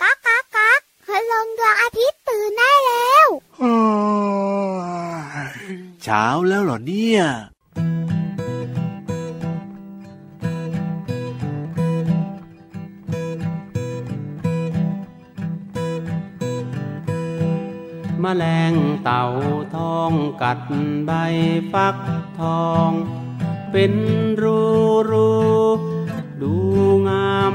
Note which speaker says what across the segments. Speaker 1: ก๊ากก๊ากก๊ากพลงดวงอาทิตย์ตื่นได้แล้ว
Speaker 2: เช้าแล้วเหรอเนี่ย
Speaker 3: มแมลงเต่าทองกัดใบฟักทอง เป็นรูรูดูงาม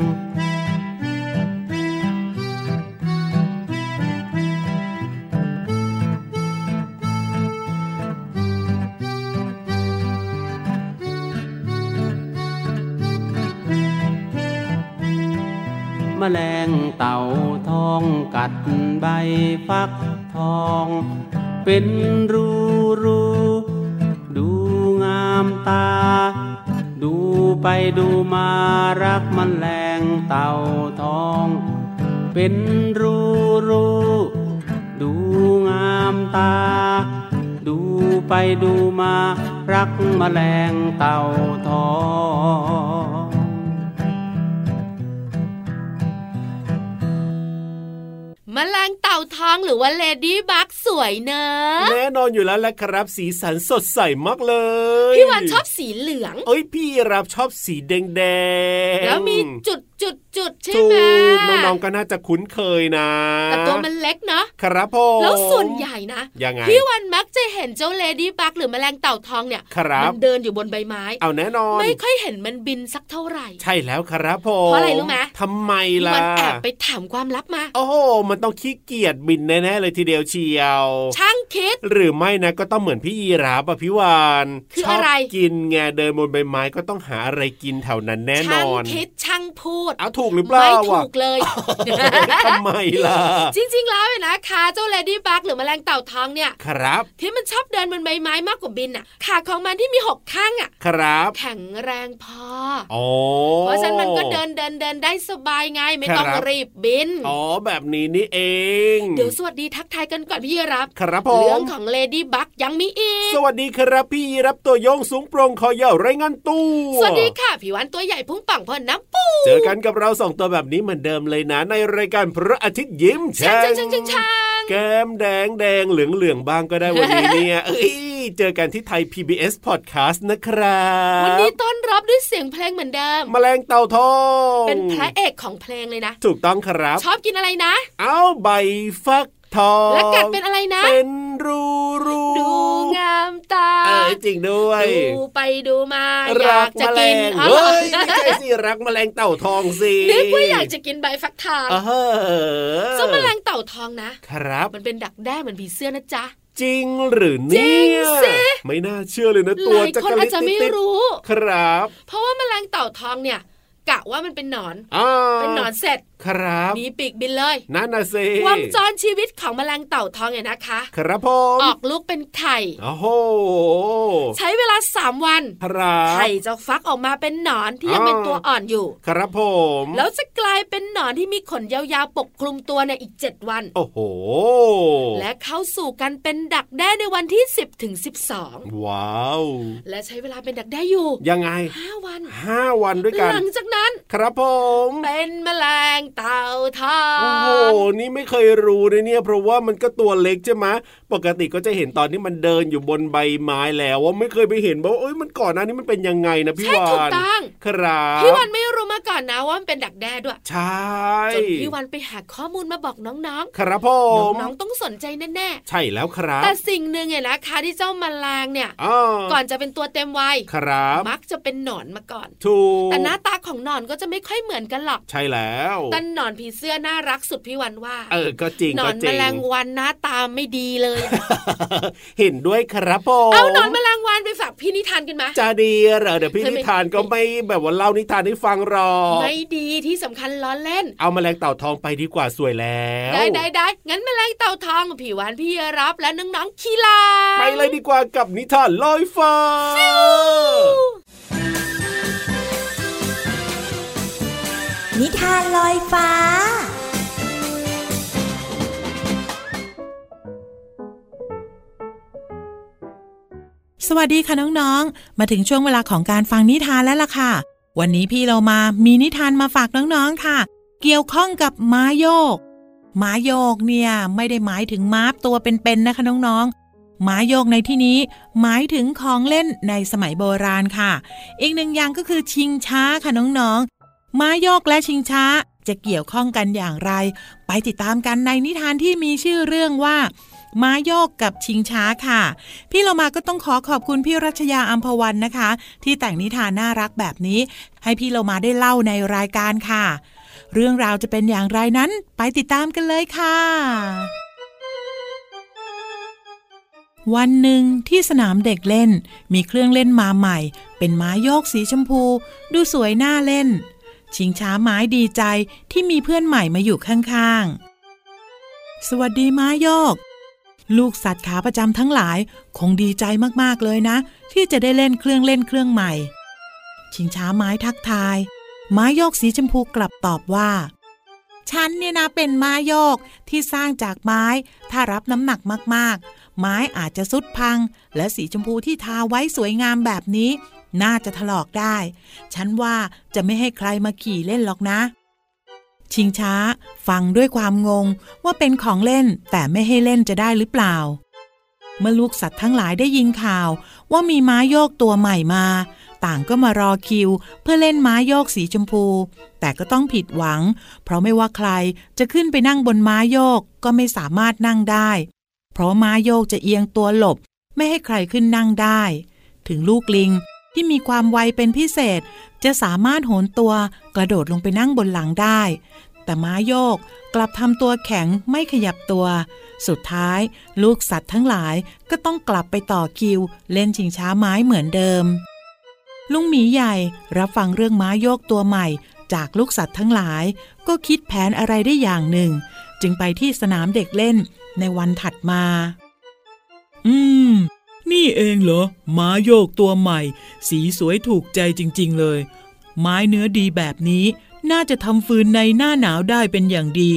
Speaker 3: มแมลงเต่าทองกัดใบฟักทอง เป็นรูรูดูงามตา ดูไปดูมารักมแมลงเต่าทอง เป็นรูรูดูงามตา ดูไปดูมารักมแมลงเต่าทอง
Speaker 4: มแมลงเต่าทองหรือว่าเลดี้บักสวยเนอะ
Speaker 5: แน่นอนอยู่แล้วแหละครับ สีสันสดใสมากเลย
Speaker 4: พี่วันชอบสีเหลือง
Speaker 5: เอ้ยพี่รับชอบสีแดงแดง
Speaker 4: แล้วมีจุดจุดจุดใช่
Speaker 5: ถู
Speaker 4: ไ
Speaker 5: ก
Speaker 4: หม
Speaker 5: น้องๆก็น่าจะคุ้นเคยนะ
Speaker 4: แต่ตัวมันเล็กเนาะ
Speaker 5: ครับผม
Speaker 4: แล้วส่วนใหญ่นะ
Speaker 5: ยังไง
Speaker 4: พี่วันมักจะเห็นเจ้าเลดี้บักหรือแมลงเต่าทองเนี่ย
Speaker 5: ครับ
Speaker 4: มันเดินอยู่บนใบไม้
Speaker 5: เอาแน่นอน
Speaker 4: ไม่ค่อยเห็นมันบินสักเท่าไหร่
Speaker 5: ใช่แล้วครับผม
Speaker 4: เพราะอะไรรู้ไหม
Speaker 5: ทำไม
Speaker 4: พี่
Speaker 5: ล่ะ
Speaker 4: วัแอบไปถามความลับมา
Speaker 5: โอ้โหมันต้องขี้เกียจบินแน่ๆเลยทีเดียวเชียว
Speaker 4: ช่างคิด
Speaker 5: หรือไม่นะก็ต้องเหมือนพี่ยีราฟอะพี่วาน
Speaker 4: คือ
Speaker 5: ชอบ
Speaker 4: อะไร
Speaker 5: กินไงเดินบนใบไม้ก็ต้องหาอะไรกินแถวนั้นแน่น
Speaker 4: ช่าง
Speaker 5: อน
Speaker 4: คิดช่างพูด
Speaker 5: เอาถูกหรือเปล่า
Speaker 4: ไม่
Speaker 5: อะ
Speaker 4: ถูกเลย
Speaker 5: ทำไมล่ะ
Speaker 4: จริง ๆ แล้วเนี่ยนะคะเจ้าเลดี้บักหรือแมลงเต่าทองเนี่ย
Speaker 5: ครับ
Speaker 4: ที่มันชอบเดินบนใบไม้มากกว่าบินอ่ะ ขาของมันที่มีหกข้างอ่ะ
Speaker 5: ครับ
Speaker 4: แข็งแรงพอ
Speaker 5: อ๋อ
Speaker 4: เพราะฉะนั้นมันก็เดินเดินเดินได้สบายไงไม่ต้อง
Speaker 5: ครับ
Speaker 4: รีบบิน
Speaker 5: อ๋อแบบนี้นี่เอง
Speaker 4: เดี๋ยวสวัสดีทักทายกันก่อนพี่รับ
Speaker 5: ครับผ
Speaker 4: เรื่อ
Speaker 5: ม
Speaker 4: งของเลดี้บักยังมีอีก
Speaker 5: สวัสดีครับพี่รับตัวโยงสูงโปรงคอยาวไรงานตู้
Speaker 4: สวัสดีค่ะ พี่วันตัวใหญ่พุ่งป่องพอน้ำปู
Speaker 5: เจอกันกับเราสองตัวแบบนี้เหมือนเดิมเลยนะ ในรายการพระอาทิตย์ยิ้มแฉ่
Speaker 4: ช่าง
Speaker 5: ง
Speaker 4: ช่างช่างช่างช่าง
Speaker 5: แก้มแดงแดงเหลืองเหลืองบ้างก็ได้วันนี้ เนี่ย เอ้ยเจอกันที่ไทย PBS Podcast นะครับ
Speaker 4: วันนี้ต้อนรับด้วยเสียงเพลงเหมือนเดิม
Speaker 5: แมลงเต่าทอง
Speaker 4: เป็นพระเอกของเพลงเลยนะ
Speaker 5: ถูกต้องครับ
Speaker 4: ชอบกินอะไรนะ
Speaker 5: เอาใบฟักทอง
Speaker 4: และกัดเป็นอะไรนะ
Speaker 5: เป็นรูรู
Speaker 4: ดูงามตา
Speaker 5: เออจริงด้วย
Speaker 4: ดูไปดูมาอยา
Speaker 5: รั
Speaker 4: ก
Speaker 5: ก
Speaker 4: จะ
Speaker 5: แมล
Speaker 4: กิน
Speaker 5: ง
Speaker 4: อ๋อเหรอ
Speaker 5: เฮ้ยไม่ใช่ สิรักแมลงเต่าทองสิ
Speaker 4: นึกว่าอยากจะกินใบฟักทอง
Speaker 5: เออ
Speaker 4: ซึ่งแมลงเต่าทองนะ
Speaker 5: ครับ
Speaker 4: มันเป็นดักแด้เหมือนผีเสื้อนะจ๊ะ
Speaker 5: จริงหรือเนี่ย
Speaker 4: จริงสิ
Speaker 5: ไม่น่าเชื่อเลยนะ
Speaker 4: ห
Speaker 5: ตัว
Speaker 4: ลาย
Speaker 5: จะ
Speaker 4: คน
Speaker 5: กะ
Speaker 4: อา
Speaker 5: ลิ
Speaker 4: จ
Speaker 5: ต
Speaker 4: จะไม่
Speaker 5: ติด
Speaker 4: รู้
Speaker 5: ๆครับ
Speaker 4: เพราะว่าแมลงเต่าทองเนี่ย กะว่ามันเป็นหนอน
Speaker 5: อ่า
Speaker 4: เป็นหนอนเสร็จ
Speaker 5: ครับ
Speaker 4: หนีปีกบินเลย
Speaker 5: นั่นนะสิ
Speaker 4: วงจรชีวิตของแมลงเต่าทองเนี่ยนะคะ
Speaker 5: ครับผม
Speaker 4: ออกลูกเป็นไข่
Speaker 5: โอ้โห
Speaker 4: ใช้เวลาสามวัน
Speaker 5: ครับ
Speaker 4: ไข่จะฟักออกมาเป็นหนอนที่ยังเป็นตัวอ่อนอยู่
Speaker 5: ครับผม
Speaker 4: แล้วจะกลายเป็นหนอนที่มีขนยาวๆปกคลุมตัวในยอีก 7 วัน
Speaker 5: โอ้โห
Speaker 4: และเข้าสู่กันเป็นดักแด้ในวันที่ 10ถึง
Speaker 5: ว้าว
Speaker 4: 12 และใช้เวลาเป็นดักแด้อยู่
Speaker 5: ยังไง
Speaker 4: 5 วัน
Speaker 5: ห้าวันด้วยกัน
Speaker 4: หลังจากนั้น
Speaker 5: ครับผม
Speaker 4: เป็นแมลงเต่าทอ
Speaker 5: โอ้โห
Speaker 4: ง
Speaker 5: นี่ไม่เคยรู้เลยเนี่ย เพราะว่ามันก็ตัวเล็กใช่ไหมปกติก็จะเห็นตอนนี้มันเดินอยู่บนใบไม้แล้วว่าไม่เคยไปเห็นว่าเอ้ยมันก่อนหน้านี้มันเป็นยังไงนะพี่
Speaker 4: ใช่
Speaker 5: วา
Speaker 4: ถูก
Speaker 5: น
Speaker 4: ต้อง
Speaker 5: ครับ
Speaker 4: พี่วันไม่รู้มาก่อนนะว่ามันเป็นดักแด้ด้วย
Speaker 5: ใช่
Speaker 4: จนพี่วันไปหาข้อมูลมาบอกน้อง
Speaker 5: ครับผ
Speaker 4: ๆ
Speaker 5: ม
Speaker 4: น้องๆต้องสนใจแน่
Speaker 5: ใช่แล้วครั
Speaker 4: ๆ
Speaker 5: บ
Speaker 4: แต่สิ่งหนึ่งเนี่ยนะคะที่เจ้าแมลงเนี่ย
Speaker 5: อ้าว
Speaker 4: ก่อนจะเป็นตัวเต็มวัย
Speaker 5: ครับ
Speaker 4: มักจะเป็นหนอนมาก่อน
Speaker 5: ถูก
Speaker 4: แต่หน้าตาของ หนอนก็จะไม่ค่อยเหมือนกันหรอก
Speaker 5: ใช่แล้ว
Speaker 4: แต่หนอนผีเสื้อน่ารักสุดพี่วันว่า
Speaker 5: เออก็จริง
Speaker 4: หนอ
Speaker 5: ก็
Speaker 4: น
Speaker 5: จ
Speaker 4: แม
Speaker 5: ริง
Speaker 4: ลง วันหน้าตาไม่ดีเลย
Speaker 5: เห็นด้วยครับผม
Speaker 4: เอาหนอนแมลงวันไปฝากพี่นิทานกันไหม
Speaker 5: จะดีเหรอเดี๋ยวพี่
Speaker 4: เธอไม่
Speaker 5: นิทานก็ไม่แบบว่าเล่านิทานให้ฟังหรอก
Speaker 4: ไม่ดีที่สำคัญล้อเล่น
Speaker 5: เอาแมลงเต่าทองไปดีกว่าสวยแล้ว
Speaker 4: ได้ได้ได้งั้นแมลงเต่าทองผีหวานพี่รับ และน้องๆคีลา
Speaker 5: ไปเลยดีกว่ากับนิทานลอยฟ้า
Speaker 6: นิทานลอยฟ้า
Speaker 7: สวัสดีค่ะน้องๆ มาถึงช่วงเวลาของการฟังนิทานแล้วล่ะค่ะ วันนี้พี่เรามามีนิทานมาฝากน้องๆ ค่ะ เกี่ยวข้องกับม้าโยก ม้าโยกเนี่ยไม่ได้หมายถึงม้าตัวเป็นๆ นะคะน้องๆ ม้าโยกในที่นี้หมายถึงของเล่นในสมัยโบราณค่ะ อีกหนึ่งอย่างก็คือชิงช้าค่ะน้องๆ ม้าโยกและชิงช้าจะเกี่ยวข้องกันอย่างไร ไปติดตามกันในนิทานที่มีชื่อเรื่องว่า ม้าโยกกับชิงช้าค่ะ พี่เรามาก็ต้องขอขอบคุณพี่รัชยาอัมพวันนะคะ ที่แต่งนิทานน่ารักแบบนี้ ให้พี่เรามาได้เล่าในรายการค่ะ เรื่องราวจะเป็นอย่างไรนั้น ไปติดตามกันเลยค่ะ วันหนึ่งที่สนามเด็กเล่น มีเครื่องเล่นมาใหม่ เป็นม้าโยกสีชมพู ดูสวยน่าเล่น ชิงช้าไม้ดีใจที่มีเพื่อนใหม่มาอยู่ข้างๆ สวัสดีม้าโยก ลูกสัตว์ขาประจำทั้งหลายคงดีใจมาก ๆ เลยนะ ที่จะได้เล่นเครื่องเล่นเครื่องใหม่ ชิงช้าไม้ทักทาย ไม้โยกสีชมพูกลับตอบว่า ฉันเนี่ยนะเป็นไม้โยกที่สร้างจากไม้ ถ้ารับน้ำหนักมากๆ ไม้อาจจะสุดพัง และสีชมพูที่ทาไว้สวยงามแบบนี้ น่าจะถลอกได้ ฉันว่าจะไม่ให้ใครมาขี่เล่นหรอกนะ ชิงช้า ฟังด้วยความงงว่าเป็นของเล่นแต่ไม่ให้เล่นจะได้หรือเปล่า เมื่อลูกสัตว์ทั้งหลายได้ยินข่าว ว่ามีม้าโยกตัวใหม่มา ต่างก็มารอคิว เพื่อเล่นม้าโยกสีชมพู แต่ก็ต้องผิดหวัง เพราะไม่ว่าใครจะขึ้นไปนั่งบนม้าโยกก็ไม่สามารถนั่งได้ เพราะม้าโยกจะเอียงตัวหลบ ไม่ให้ใครขึ้นนั่งได้ ถึงลูกลิงที่มีความไวเป็นพิเศษ จะสามารถโหนตัวกระโดดลงไปนั่งบนหลังได้ แต่ม้าโยกกลับทำตัวแข็งไม่ขยับตัว สุดท้าย ลูกสัตว์ทั้งหลายก็ต้องกลับไปต่อคิว เล่นชิงช้าไม้เหมือนเดิม ลุงหมีใหญ่รับฟังเรื่องม้าโยกตัวใหม่ จากลูกสัตว์ทั้งหลาย ก็คิดแผนอะไรได้อย่างหนึ่ง จึงไปที่สนามเด็กเล่นในวันถัดมา อืม นี่เองเหรอม้าโยกตัวใหม่ สีสวยถูกใจจริง ๆ เลย ไม้เนื้อดีแบบนี้ น่าจะทำฟืนในหน้าหนาวได้เป็นอย่างดี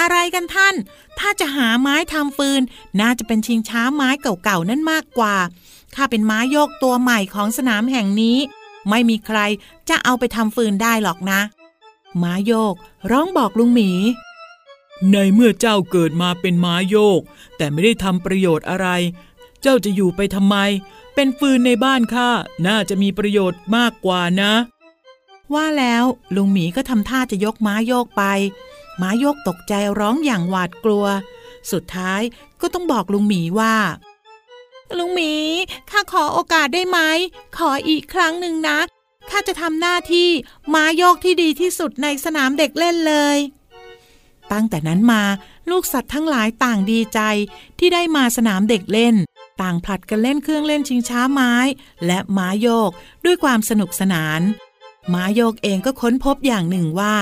Speaker 7: อะไรกันท่าน ถ้าจะหาไม้ทำฟืน น่าจะเป็นชิงช้าไม้เก่าๆนั่นมากกว่า ข้าเป็นม้าโยกตัวใหม่ของสนามแห่งนี้ ไม่มีใครจะเอาไปทำฟืนได้หรอกนะ ม้าโยกร้องบอกลุงหมี ในเมื่อเจ้าเกิดมาเป็นม้าโยก แต่ไม่ได้ทำประโยชน์อะไร เจ้าจะอยู่ไปทำไม เป็นฟืนในบ้านข้าน่าจะมีประโยชน์มากกว่านะ ว่าแล้วลุงหมีก็ทำท่าจะยกม้าโยกไป ม้าโยกตกใจร้องอย่างหวาดกลัว สุดท้ายก็ต้องบอกลุงหมีว่า ลุงหมีข้าขอโอกาสได้ไหม ขออีกครั้งหนึ่งนะข้าจะทำหน้าที่ม้าโยกที่ดีที่สุดในสนามเด็กเล่นเลย ตั้งแต่นั้นมาลูกสัตว์ทั้งหลายต่างดีใจ ที่ได้มาสนามเด็กเล่น ต่างผลัดกันเล่นเครื่องเล่นชิงช้าไม้ และม้าโยกด้วยความสนุกสนาน ม้าโยกเองก็ค้นพบอย่างหนึ่งว่า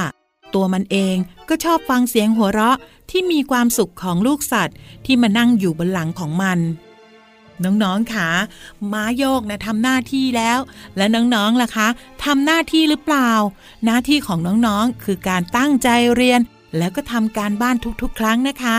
Speaker 7: ตัวมันเองก็ชอบฟังเสียงหัวเราะที่มีความสุขของลูกสัตว์ที่มานั่งอยู่บนหลังของมัน น้องๆค่ะม้าโยกนะทำหน้าที่แล้ว และน้องๆล่ะคะทำหน้าที่หรือเปล่า หน้าที่ของน้องๆ คือการตั้งใจเรียน แล้วก็ทำการบ้านทุกๆ ครั้งนะคะ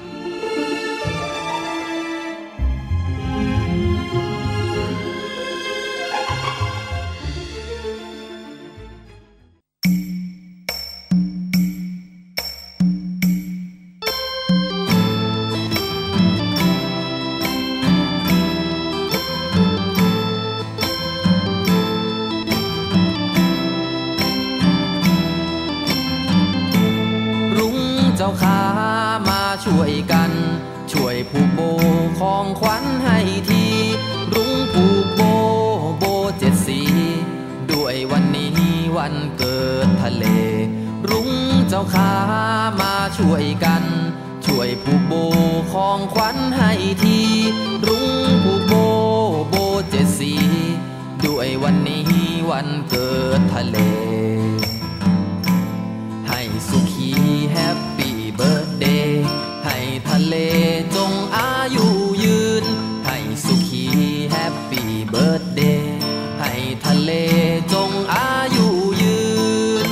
Speaker 8: รุ้งเจ้าขามาช่วยกัน ช่วย ผูกโบของขวัญให้ที รุ้งผูกโบโบเจ็ดสี ด้วยวันนี้วันเกิดทะเล รุ้งเจ้าขามาช่วยกัน ช่วยผูกโบของขวัญให้ที รุ้งผูกโบโบเจ็ดสี ด้วยวันนี้วันเกิดทะเล ให้สุขีแฮปปี้เบิร์ดเดย์ให้ทะเลจงอายุยืน ให้สุขีแฮปปี้เบิร์ดเดย์ให้ทะเลจงอายุยืน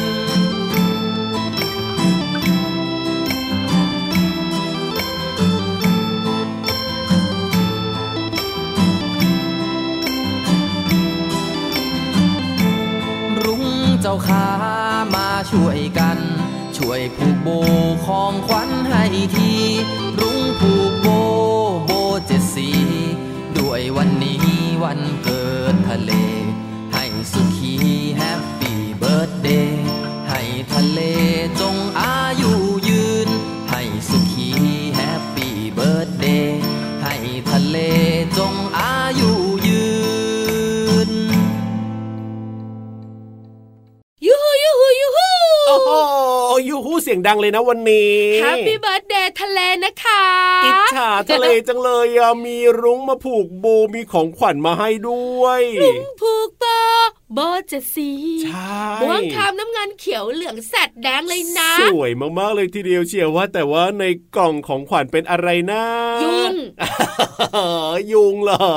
Speaker 8: รุ้งเจ้าขามาช่วยกัน ช่วยผูกโบของขวัญให้ที รุ้งผูกโบโบเจ็ดสี ด้วยวันนี้วันเกิดทะเล ให้สุขีแฮปปี้เบิร์ดเดย์ให้ทะเลจงอายุยืน ให้สุขีแฮปปี้เบิร์ดเดย์ให้ทะเลจงอายุยืน
Speaker 4: ยูฮูยูฮูยูฮู
Speaker 5: โอ้โหยูฮูเสียงดังเลยนะวันนี้
Speaker 4: แฮปปี้เบิร์ดเดย์ทะเลนะคะ
Speaker 5: อิจฉาทะเลจังเลยอะมีรุ้งมาผูกโบมีของขวัญมาให้ด้วย
Speaker 4: ลุงผูกโบโบเจ็ดสี
Speaker 5: ใช่
Speaker 4: บ่วงคามน้ำเงินเขียวเหลืองแสดแดงเลยนะ
Speaker 5: สวยมากๆเลยทีเดียวเชียวว่า แต่ว่าในกล่องของขวัญเป็นอะไรนะ
Speaker 4: ยุง
Speaker 5: เออยุงเหรอ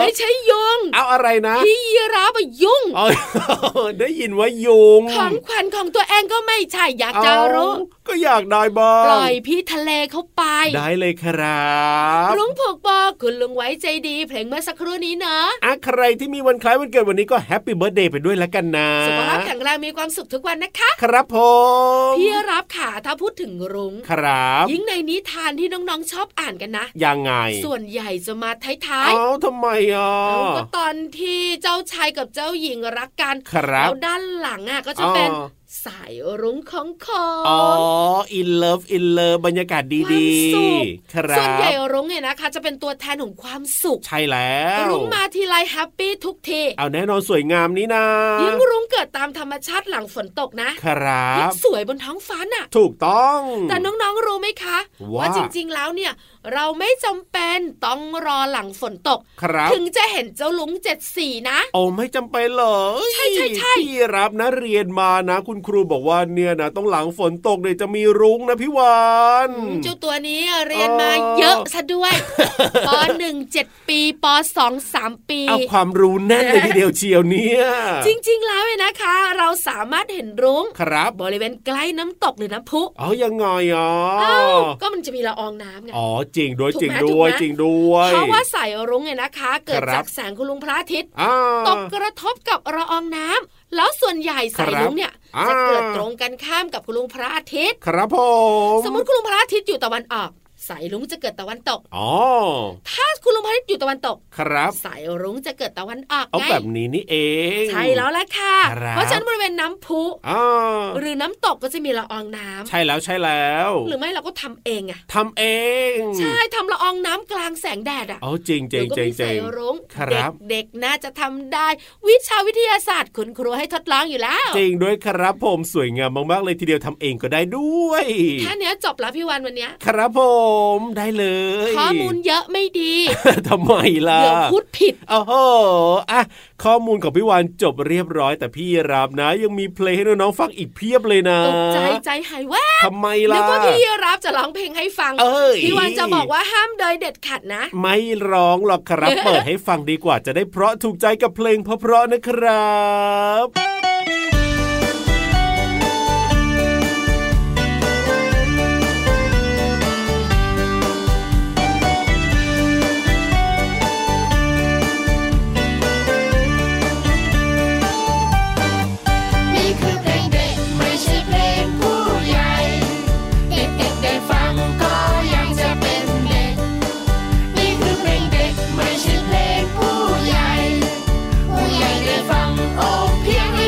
Speaker 4: ไม่ใช่ยุง
Speaker 5: เอาอะไรนะ
Speaker 4: พี่ยีราบยุง
Speaker 5: เอา ได้ยินว่ายุง
Speaker 4: ของขวัญของตัวเองก็ไม่ใช่อยากจะรู้
Speaker 5: เอ้าก็อยากได้บ้า
Speaker 4: ป
Speaker 5: ง
Speaker 4: ล่อยพี่ทะเลเขาไป
Speaker 5: ได้เลยครับ
Speaker 4: ลุงผูกโบอกคุณลุงไว้ใจดีเพลงเมื่อสักครู่นี้เนอะ
Speaker 5: อ่ะใครที่มีวันคล้ายวันเกิดวันนี้ก็แฮปปี้เบิร์ดเดย์ไปด้วยแล้วกันนะ
Speaker 4: สุขภาพแข็งแรงมีความสุขทุกวันนะคะ
Speaker 5: ครับผม
Speaker 4: พี่รับค่ะถ้าพูดถึงรุง้ง
Speaker 5: ครับ
Speaker 4: ยิ่งในนิทานที่น้องๆชอบอ่านกันนะ
Speaker 5: ยังไง
Speaker 4: ส่วนใหญ่จะมาท้าย
Speaker 5: เอ้าทำไมอ่ะ
Speaker 4: ๆเอาก็ตอนที่เจ้าชายกับเจ้าหญิงรักกัน
Speaker 5: ครับ
Speaker 4: แล้วด้านหลังอ่ะก็จะเป็น
Speaker 5: อ๋อ
Speaker 4: สายรุ้งของคอ
Speaker 5: อ๋อ
Speaker 4: ง
Speaker 5: in love in love บรรยากาศ
Speaker 4: ความ
Speaker 5: ดี
Speaker 4: สุข
Speaker 5: ๆ ครั
Speaker 4: ส่วนใหญ่
Speaker 5: บ
Speaker 4: รุ้งเนี่ยนะคะ จะเป็นตัวแทนของความสุข
Speaker 5: ใช่แล้ว
Speaker 4: รุ้งมาทีไรแฮปปี้ทุกที
Speaker 5: เอาแน่นอนสวยงามนี่นะ
Speaker 4: ยิ่งรุ้งเกิดตามธรรมชาติหลังฝนตกนะครับ ยิ่งสวยบนท้องฟ้าน่ะ
Speaker 5: ถูกต้อง
Speaker 4: แต่น้องๆรู้ไหมคะ
Speaker 5: ว่า
Speaker 4: ว่าจริงๆแล้วเนี่ย เราไม่จำเป็นต้องรอหลังฝนตก
Speaker 5: ครับ
Speaker 4: ถึงจะเห็นเจ้าลุงเจ็ดสีนะ
Speaker 5: โอ้ไม่จำเป็นเหรอ
Speaker 4: ใช่ใช่ใช่
Speaker 5: พี่รับนะเรียนมานะ คุณครูบอกว่าเนี่ยนะต้องหลังฝนตกเดี๋ยวจะมีรุ้งนะพี่วาน
Speaker 4: เจ้าตัวนี้เรียนมาเยอะซะด้วย ปหนึ่งเจ็ดปีปสองสามปี
Speaker 5: เอาความรู้แน่นเลยทีเดียวเชียวเนี่ย
Speaker 4: จริงๆแล้วเนี่ยนะคะ เราสามารถเห็นรุ้ง
Speaker 5: ครับ
Speaker 4: บริเวณใกล้น้ำตกหรือน้ำพุ
Speaker 5: อ๋อยังไงอ๋อ
Speaker 4: เอ้าก็มันจะมีละอองน้ำไง
Speaker 5: อ๋อจริงด้วย
Speaker 4: ถูกไหม
Speaker 5: จริงด้วย
Speaker 4: ถูกไหม
Speaker 5: จริงด้วย
Speaker 4: เพราะว่าสายรุ้งเนี่ยนะคะ เกิด
Speaker 5: ครับ
Speaker 4: จากแสงคุณลุงพระอาทิตย์
Speaker 5: อ่า
Speaker 4: ตกกระทบกับละอองน้ำแล้วส่วนใหญ่สายรุ้งเนี่ย
Speaker 5: ครับ
Speaker 4: จะเกิดตรงกันข้ามกับคุณลุงพระอาทิตย์
Speaker 5: ครับผม
Speaker 4: สมมติคุณลุงพระอาทิตย์อยู่ตะวันออก สายรุ้งจะเกิดตะวันตก
Speaker 5: อ๋อ
Speaker 4: ถ้าคุณลุงพระอาทิตย์อยู่ตะวันตก
Speaker 5: ครับ
Speaker 4: สายรุ้งจะเกิดตะวันออก
Speaker 5: เอา
Speaker 4: ไง
Speaker 5: แบบนี้นี่เอง
Speaker 4: ใช่แล้วล่ะค่ะ
Speaker 5: ครับ
Speaker 4: เพราะฉะนั้นบริเวณน้ำพุ
Speaker 5: อ่า
Speaker 4: หรือน้ำตกก็จะมีละอองน้ำ
Speaker 5: ใช่แล้วใช่แล้ว
Speaker 4: หรือไม่เราก็ทำเองอะ
Speaker 5: ทำเอง
Speaker 4: ใช่ทำละอองน้ำกลางแสงแดดอะ
Speaker 5: เอาจริงจริง
Speaker 4: แล้วก็
Speaker 5: จริงจริ
Speaker 4: มีสาย
Speaker 5: ง
Speaker 4: รุ้ง
Speaker 5: ครับ
Speaker 4: เด็กๆน่าจะทำได้ วิชาวิทยาศาสตร์คุณครูให้ทดลองอยู่แล้ว
Speaker 5: จริงด้วยครับผมสวยงามมากๆเลยทีเดียวทำเองก็ได้ด้วย
Speaker 4: แค่เนี้ยจบแล้วพี่วันวันเนี้ย
Speaker 5: ครับผมได้เลย
Speaker 4: ข้อมูลเยอะไม่ดี
Speaker 5: ทำไมล่ะ
Speaker 4: เดี๋ยวพูดผิด
Speaker 5: โอ้โหอ่ะ ข้อมูลของพี่วานจบเรียบร้อย แต่พี่รับนะ ยังมีเพลงให้น้องๆฟังอีกเพียบเลยนะ
Speaker 4: ตกใจใจหายแวบ
Speaker 5: ทำไม
Speaker 4: นึ
Speaker 5: ล่ะ
Speaker 4: กว่าพี่รับจะร้องเพลงให้ฟัง
Speaker 5: เอ้ย
Speaker 4: พี่วันจะบอกว่าห้ามโดยเด็ดขาดนะ
Speaker 5: ไม่ร้องหรอก ครับ เปิดให้ฟังดีกว่าจะได้เพราะถูกใจกับเพลงเพราะๆนะครับ
Speaker 9: นี่คือเพลงเด็กไม่ใช่เพลงผู้ใหญ่ เด็กๆได้ฟังก็ยังจะเป็นเด็ก นี่คือเพลงเด็กไม่ใช่เพลงผู้ใหญ่ ผู้ใหญ่ได้ฟังโอ้เพียงให้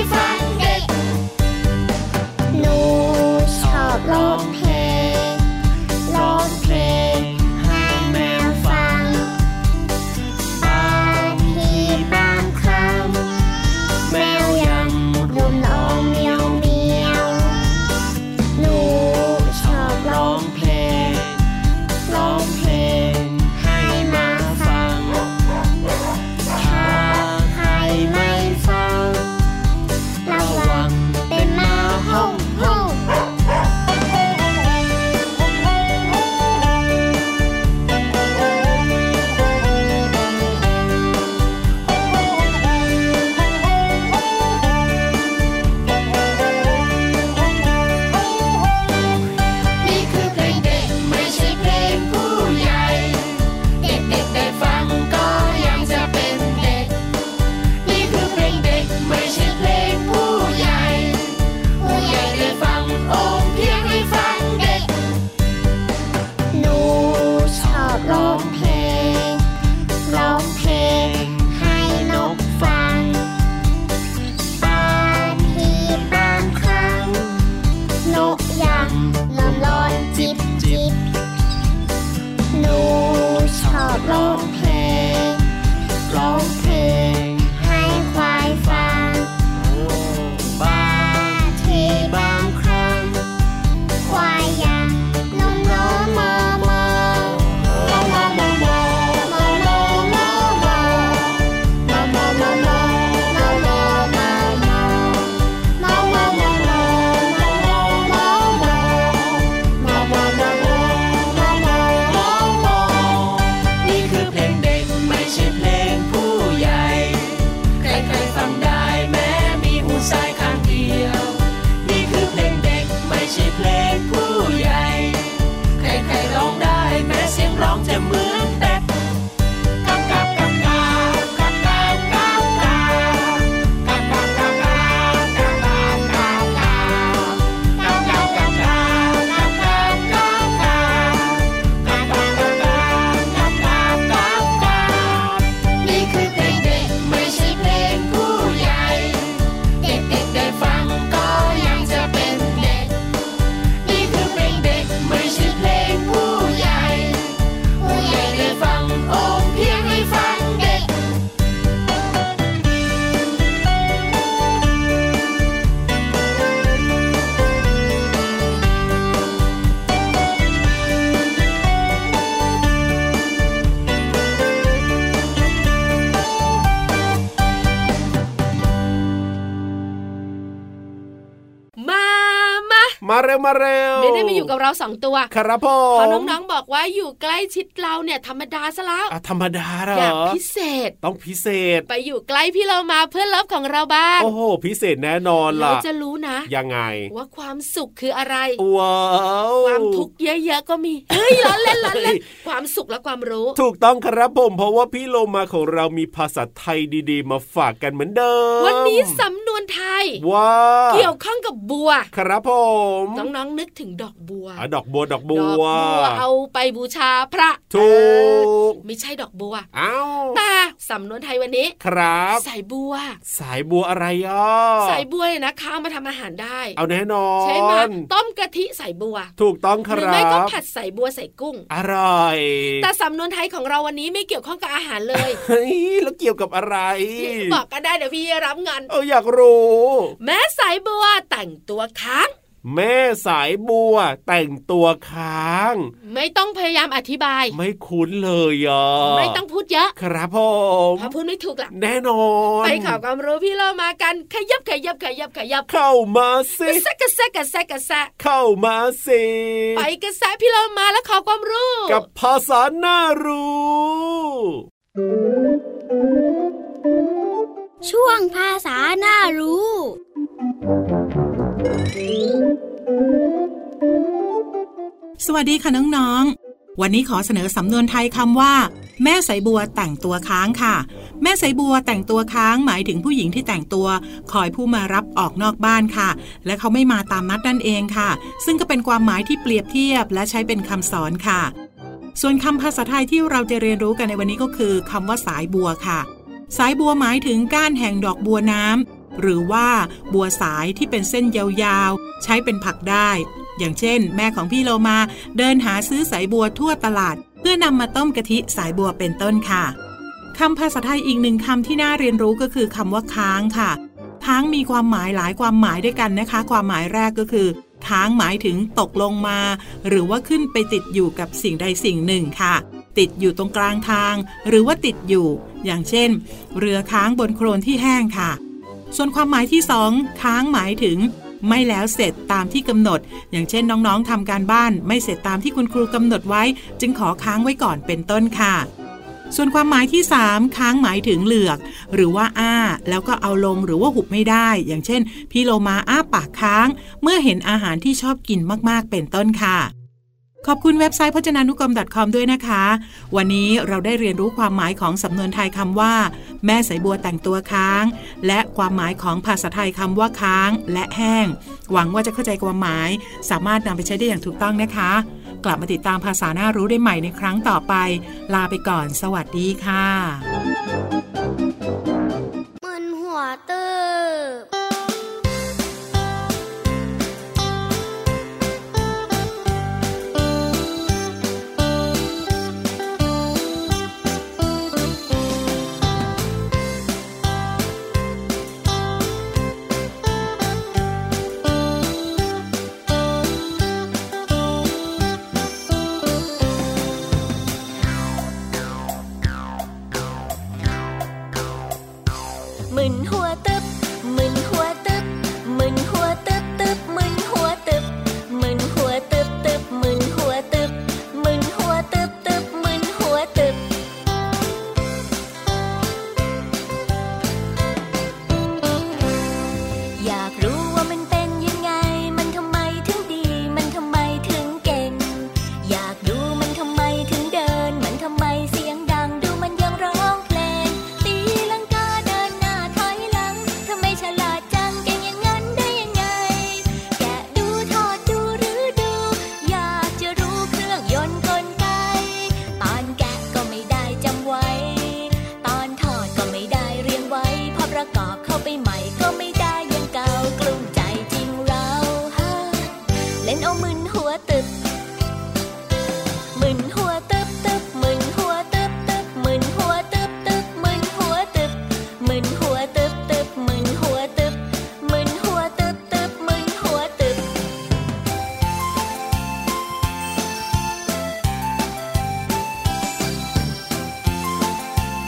Speaker 5: มาเร็วมาเร็ว
Speaker 4: ไม่ได้มาอยู่กับเราสองตัว
Speaker 5: คาราพ
Speaker 4: เพ
Speaker 5: อ
Speaker 4: ราะน้องๆบอกว่าอยู่ใกล้ชิดเราเนี่ยธรรมดาซะแล้ว
Speaker 5: อ่ะธรรมดาเหร
Speaker 4: อยาก
Speaker 5: อ
Speaker 4: พิเศษ
Speaker 5: ต้องพิเศษ
Speaker 4: ไปอยู่ใกล้พี่เรามาเพื่อนเลิฟของเราบ้าง
Speaker 5: โอ้โห พิเศษแน่นอน
Speaker 4: เรา
Speaker 5: ล่ะ
Speaker 4: จะรู้นะ
Speaker 5: ยังไง
Speaker 4: ว่าความสุขคืออะไร
Speaker 5: ว้าว
Speaker 4: ความทุกข์เยอะๆก็มี เฮ้ยล้อเล่นล้อเล่นความสุขและความรู้
Speaker 5: ถูกต้องครับผม เพราะว่าพี่โลมาของเรามีภาษาไทยดีๆ มาฝากกันเหมือนเดิม
Speaker 4: วันนี้สำนวนไทย
Speaker 5: ว้าว
Speaker 4: เกี่ยวข้องกับบัว
Speaker 5: ครับผม
Speaker 4: น้องๆนึกถึงดอกบัว
Speaker 5: อ่ะดอกบัวดอก
Speaker 4: ด
Speaker 5: บั
Speaker 4: อก
Speaker 5: ว
Speaker 4: บัวเอาไปบูชาพระ
Speaker 5: ถู
Speaker 4: เออก ไม่ใช่ดอกบัว
Speaker 5: เอ้า
Speaker 4: แต่สำนวนไทยวันนี้
Speaker 5: ครับ
Speaker 4: สายบัว
Speaker 5: สายบัวอะไรอ่ะ
Speaker 4: สายบัวเนี่ยนะคะเอามาทำอาหารได้
Speaker 5: เอาแน่นอน
Speaker 4: ใช่ไหมต้มกะทิใส่บัว
Speaker 5: ถูกต้องค
Speaker 4: หรือ
Speaker 5: รั
Speaker 4: ไม่ก็
Speaker 5: บ
Speaker 4: ผัดใส่บัวใส่กุ้ง
Speaker 5: อร่อย
Speaker 4: แต่สำนวนไทยของเราวันนี้ไม่เกี่ยวข้องกับอาหารเลย
Speaker 5: เฮ้ยแล้วเกี่ยวกับอะไร
Speaker 4: พี่บอกก็ได้เดี๋ยวพี่รับงาน
Speaker 5: เอออยากรู้
Speaker 4: แม้สายบัวแต่งตัวค้าง
Speaker 5: แม่สายบัวแต่งตัวค้าง
Speaker 4: ไม่ต้องพยายามอธิบาย
Speaker 5: ไม่คุ้นเลยอ่ะ
Speaker 4: ไม่ต้องพูดเยอะ
Speaker 5: ครับผม
Speaker 4: เพราะพูดไม่ถูกหลัก
Speaker 5: แน่นอน
Speaker 4: ไปข่าวความรู้พี่เรามากันขยับขยับขยับขยับ
Speaker 5: เข้ามาสิ
Speaker 4: กระแซะกระแซะกระแซะกระแซะ
Speaker 5: เข้ามาสิ
Speaker 4: ไปกระแซะพี่เรามาแล้วขอความรู้
Speaker 5: กับภาษาหน้ารู้
Speaker 1: ช่วงภาษาหน้ารู้
Speaker 7: สวัสดีค่ะน้องๆ วันนี้ขอเสนอสำนวนไทยคำว่า แม่สายบัวแต่งตัวค้างค่ะ แม่สายบัวแต่งตัวค้างหมายถึงผู้หญิงที่แต่งตัว คอยผู้มารับออกนอกบ้านค่ะ และเขาไม่มาตามนัดนั่นเองค่ะ ซึ่งก็เป็นความหมายที่เปรียบเทียบและใช้เป็นคำสอนค่ะ ส่วนคำภาษาไทยที่เราจะเรียนรู้กันในวันนี้ก็คือคำว่าสายบัวค่ะ สายบัวหมายถึงก้านแห่งดอกบัวน้ำหรือว่าบัวสายที่เป็นเส้นยาวๆ ใช้เป็นผักได้ อย่างเช่น แม่ของพี่โลมาเดินหาซื้อสายบัวทั่วตลาด เพื่อนำมาต้มกะทิสายบัวเป็นต้นค่ะคำภาษาไทยอีกหนึ่งคำที่น่าเรียนรู้ก็คือคำว่าค้างค่ะ ค้างมีความหมายหลายความหมายด้วยกันนะคะ ความหมายแรกก็คือ ค้างหมายถึงตกลงมา หรือว่าขึ้นไปติดอยู่กับสิ่งใดสิ่งหนึ่งค่ะ ติดอยู่ตรงกลางทาง หรือว่าติดอยู่ อย่างเช่น เรือค้างบนโคลนที่แห้งค่ะ ส่วนความหมายที่ 2 ค้างหมายถึง ไม่แล้วเสร็จตามที่กำหนด อย่างเช่นน้องๆทำการบ้าน ไม่เสร็จตามที่คุณครูกำหนดไว้ จึงขอค้างไว้ก่อนเป็นต้นค่ะ ส่วนความหมายที่ 3 ค้างหมายถึงเหลือก หรือว่าอ้า แล้วก็เอาลงหรือว่าหุบไม่ได้ อย่างเช่น พี่โลมาอ้าปากค้าง เมื่อเห็นอาหารที่ชอบกินมากๆ เป็นต้นค่ะ ขอบคุณเว็บไซต์พจนานุกรม .com ด้วยนะคะ วันนี้เราได้เรียนรู้ความหมายของสำนวนไทยคำว่า แม่สายบัวแต่งตัวค้าง และความหมายของภาษาไทยคำว่าค้าง และแห้ง หวังว่าจะเข้าใจความหมาย สามารถนำไปใช้ได้อย่างถูกต้องนะคะ กลับมาติดตามภาษาหน้ารู้ได้ใหม่ในครั้งต่อไป ลาไปก่อน สวัสดีค่ะ
Speaker 1: มึนหัวเติบ
Speaker 6: มึนหัวตึบมึนหัวตึบมึนหัวตึบตึบมึนหัวตึบมึนหัวตึบตึบมึนหัวตึบมึนหัวตึบตึบมึนหัวตึบ อยากรู้ว่ามันเป็นยังไง มันทำไมถึงดี มันทำไมถึงเก่ง อยากดูมันทำไมถึงเดิน มันทำไมเสียงดัง ดูมันยังร้องเพลง ตีลังกาเดินหน้าถอยหลัง ทำไมฉลาดจังเก่งอย่างนั้นได้ยังไง แกะดูถอดดูหรือดู อยากจะรู้เครื่องยนต์กลไก ตอนแกะก็ไม่ได้จำไว้ ตอนถอดก็ไม่ได้เรียงไว้ พอประกอบเข้าไปใหม่ก็ไม่ได้อยังเก่ากลุ้มใจจริงเราฮะเล่นเอามึนหัวตึก มึนหัวตึบตึบมึนหัวตึบตึบมึนหัวตึบตึบมึนหัวตึบมึนหัวตึบตึบมึนหัวตึบมึนหัวตึบตึบมึนหัวตึบ
Speaker 5: ค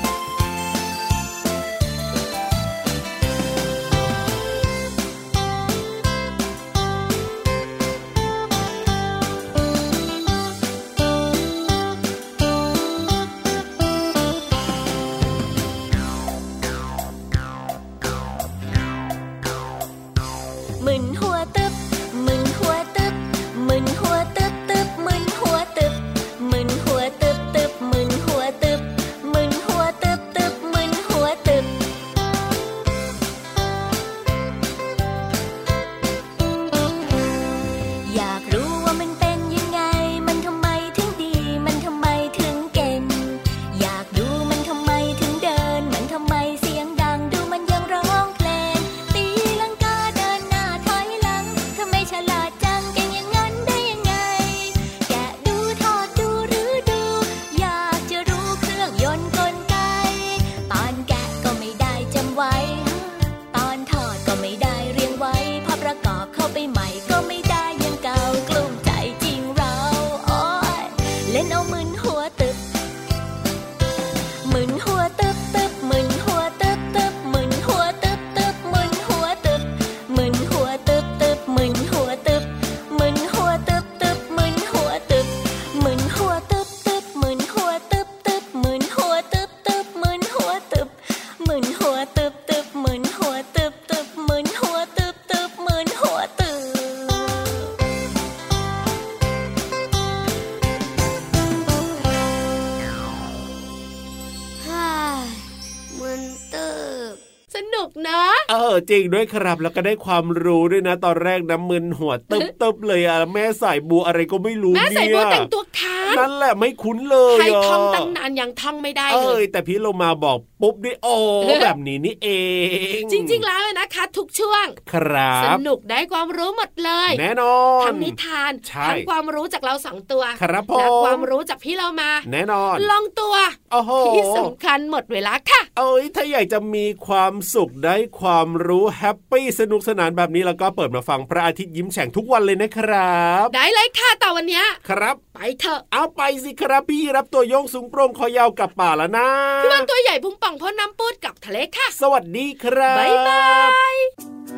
Speaker 6: ไปใหม่ก็ไม่ได้อยังเก่ากลุ้มใจจริงเราโอ้ยเล่นเอามึนหัวตึก หมึนหัวตึ๊บตึ๊บหมึนหัวตึ๊บตึ๊บหมึนหัวตึ๊บตึ๊บหมึนหัวตึ๊บหมึนหัวตึ๊บตึ๊บหมึนหัวตึ๊บหมึนหัวตึ๊บตึ๊บหมึนหัวตึ๊บหมึนหัวตึ๊บตึ๊บหมึนหัวตึ๊บตึ๊บหมึนหัวตึ๊บตึ๊บหมึนหัวตึ๊บหมึนหัวตึ๊บตึ๊บหมึนหัวตึ๊บตึ๊บหมึนหัวตึ๊บตึ๊บหมึนหัวตึ๊บ
Speaker 1: ฮ่ามันตึบ
Speaker 4: สนุกนะ
Speaker 5: เออจริงด้วยครับแล้วก็ได้ความรู้ด้วยนะ ตอนแรกน้ำมึนหัวตึบตึบเลยอะแม่สายบัวอะไรก็ไม่รู้
Speaker 4: แม่
Speaker 5: เนี่ย
Speaker 4: ใส่บัวแต่งตัวคาน
Speaker 5: นั่นแหละไม่คุ้นเลย
Speaker 4: ใครท่อง
Speaker 5: ะ
Speaker 4: ตั้งนานยังท่องไม่ได้
Speaker 5: เอ
Speaker 4: เลย
Speaker 5: ยแต่พี่เรามาบอกปุ๊บนี่โอ้
Speaker 4: เออ
Speaker 5: แบบนี้นี่เอง
Speaker 4: จริง ๆ แล้วนะคะ ทุกช่วง
Speaker 5: ครั
Speaker 4: ส
Speaker 5: บ
Speaker 4: นุกได้ความรู้หมดเลย
Speaker 5: แน่นอน
Speaker 4: ทั้งนิทาน
Speaker 5: ใช่
Speaker 4: ทั้งความรู้จากเราสองตัว
Speaker 5: ครับผม
Speaker 4: และความรู้จากพี่เรามา
Speaker 5: แน่นอน
Speaker 4: ลองตัว
Speaker 5: โอ้โห
Speaker 4: ที่สำคัญหมดเวลาค่ะ
Speaker 5: เอ้ยถ้าอยากจะมีความสุขได้ความรู้แฮปปี้สนุกสนานแบบนี้แล้วก็เปิดมาฟังพระอาทิตย์ยิ้มแฉ่งทุกวันเลยนะครับ
Speaker 4: ได้เลยค่ะแต่วันเนี้ย
Speaker 5: ครับ
Speaker 4: ไปเถอะ
Speaker 5: เอาไปสิครับพี่รับตัวโยงสูงโปร่งคอยาวกลับป่าแล้วนะ
Speaker 4: พี่วันตัวใหญ่พุงป่องพ่นน้ำปูดกับทะเลค่ะ
Speaker 5: สวัสดีครับ
Speaker 4: บ๊ายบาย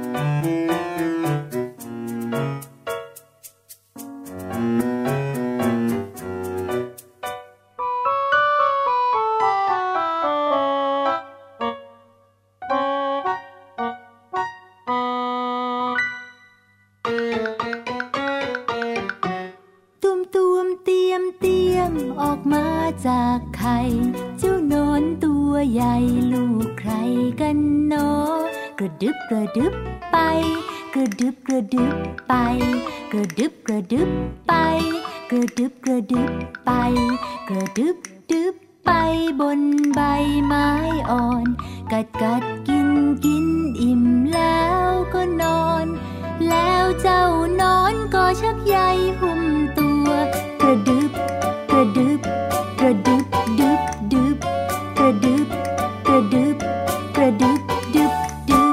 Speaker 6: ตุมตุมเตรียมเตรียมออกมาจากไข่ เจ้าหนอนตัวใหญ่ลูกใครกันเนอกระดึบกระดึบไป กระดึบกระดึบไป กระดึบกระดึบไป กระดึบกระดึบไป กระดึบดึบไปบนใบไม้อ่อน กัดกัดกินกินอิ่มแล้วก็นอน แล้วเจ้านอนก็ชักใยหุ้มตัว กระดึบ กระดึบ กระดึบดึบดึบกระดึบ กระดึบ กระดึบดึบดึบ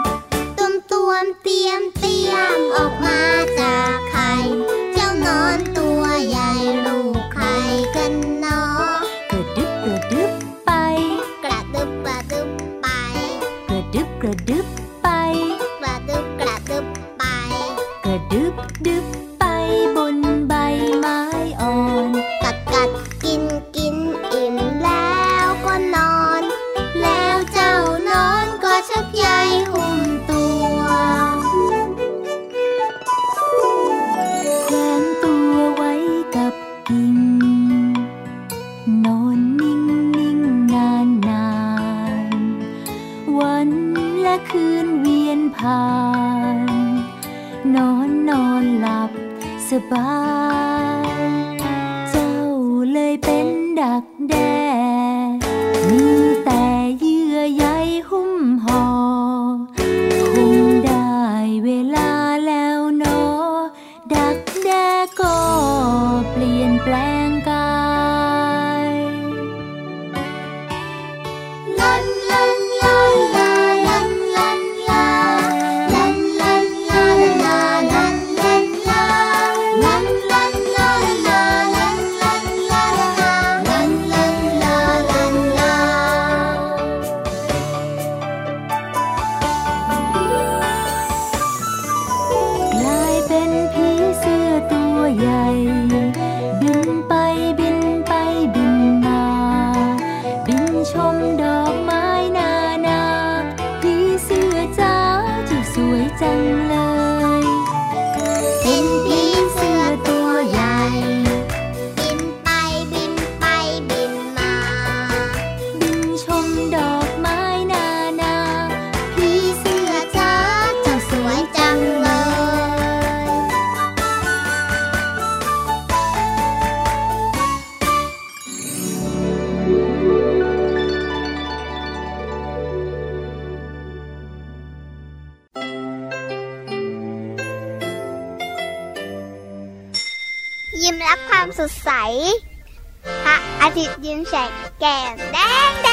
Speaker 1: ตุมตวมเตรียมเตรียมออกมาจากไข่ เจ้านอนตัวใหญ่ลูกไข่กันเนาะ
Speaker 6: กระดึบกระดึบไป
Speaker 1: กระดึบกระดึบไป
Speaker 6: กระดึบกระดึบไป
Speaker 1: กระดึบกระดึบไป
Speaker 6: กระดึบดึบไปบนใบไม้อ่อน
Speaker 1: กัดกัดกินกินอิ่มแล้วก็นอน แล้วเจ้านอนก็ชักใยหุ้มตัว
Speaker 6: แขวนตัวไว้กับกิ่ง นอนนิ่งนิ่งนานนานวันและคืนเวียนผ่าน นอนนอนหลับสบาย เจ้าเลยเป็นดักแด้มีแต่เยื่อใยหุ้มห่อ คงได้เวลาแล้วเนอ ดักแด้ก็เปลี่ยนแปลงกายลันลันลาลาลันลันลาลันลันลาลาลันลันลาลันลันลาลาลันลันลาลันลันลาลันลา กลายเป็นผีเสื้อตัวใหญ่ บินไปบินไปบินมา บินชมดอกไม้นานาผีเสื้อจ้าเจุบสวยจังเลย
Speaker 1: เป็นผีเสื้อตัวใหญ่ บินไปบินไปบินมา
Speaker 6: บินชมดอกไม้นานา
Speaker 1: ผีเสื้อจ้าเจ้าสวยจังเลย ยิ้มรับความสดใส พระอาทิตย์ยิ้มแฉกแก้มแดงแด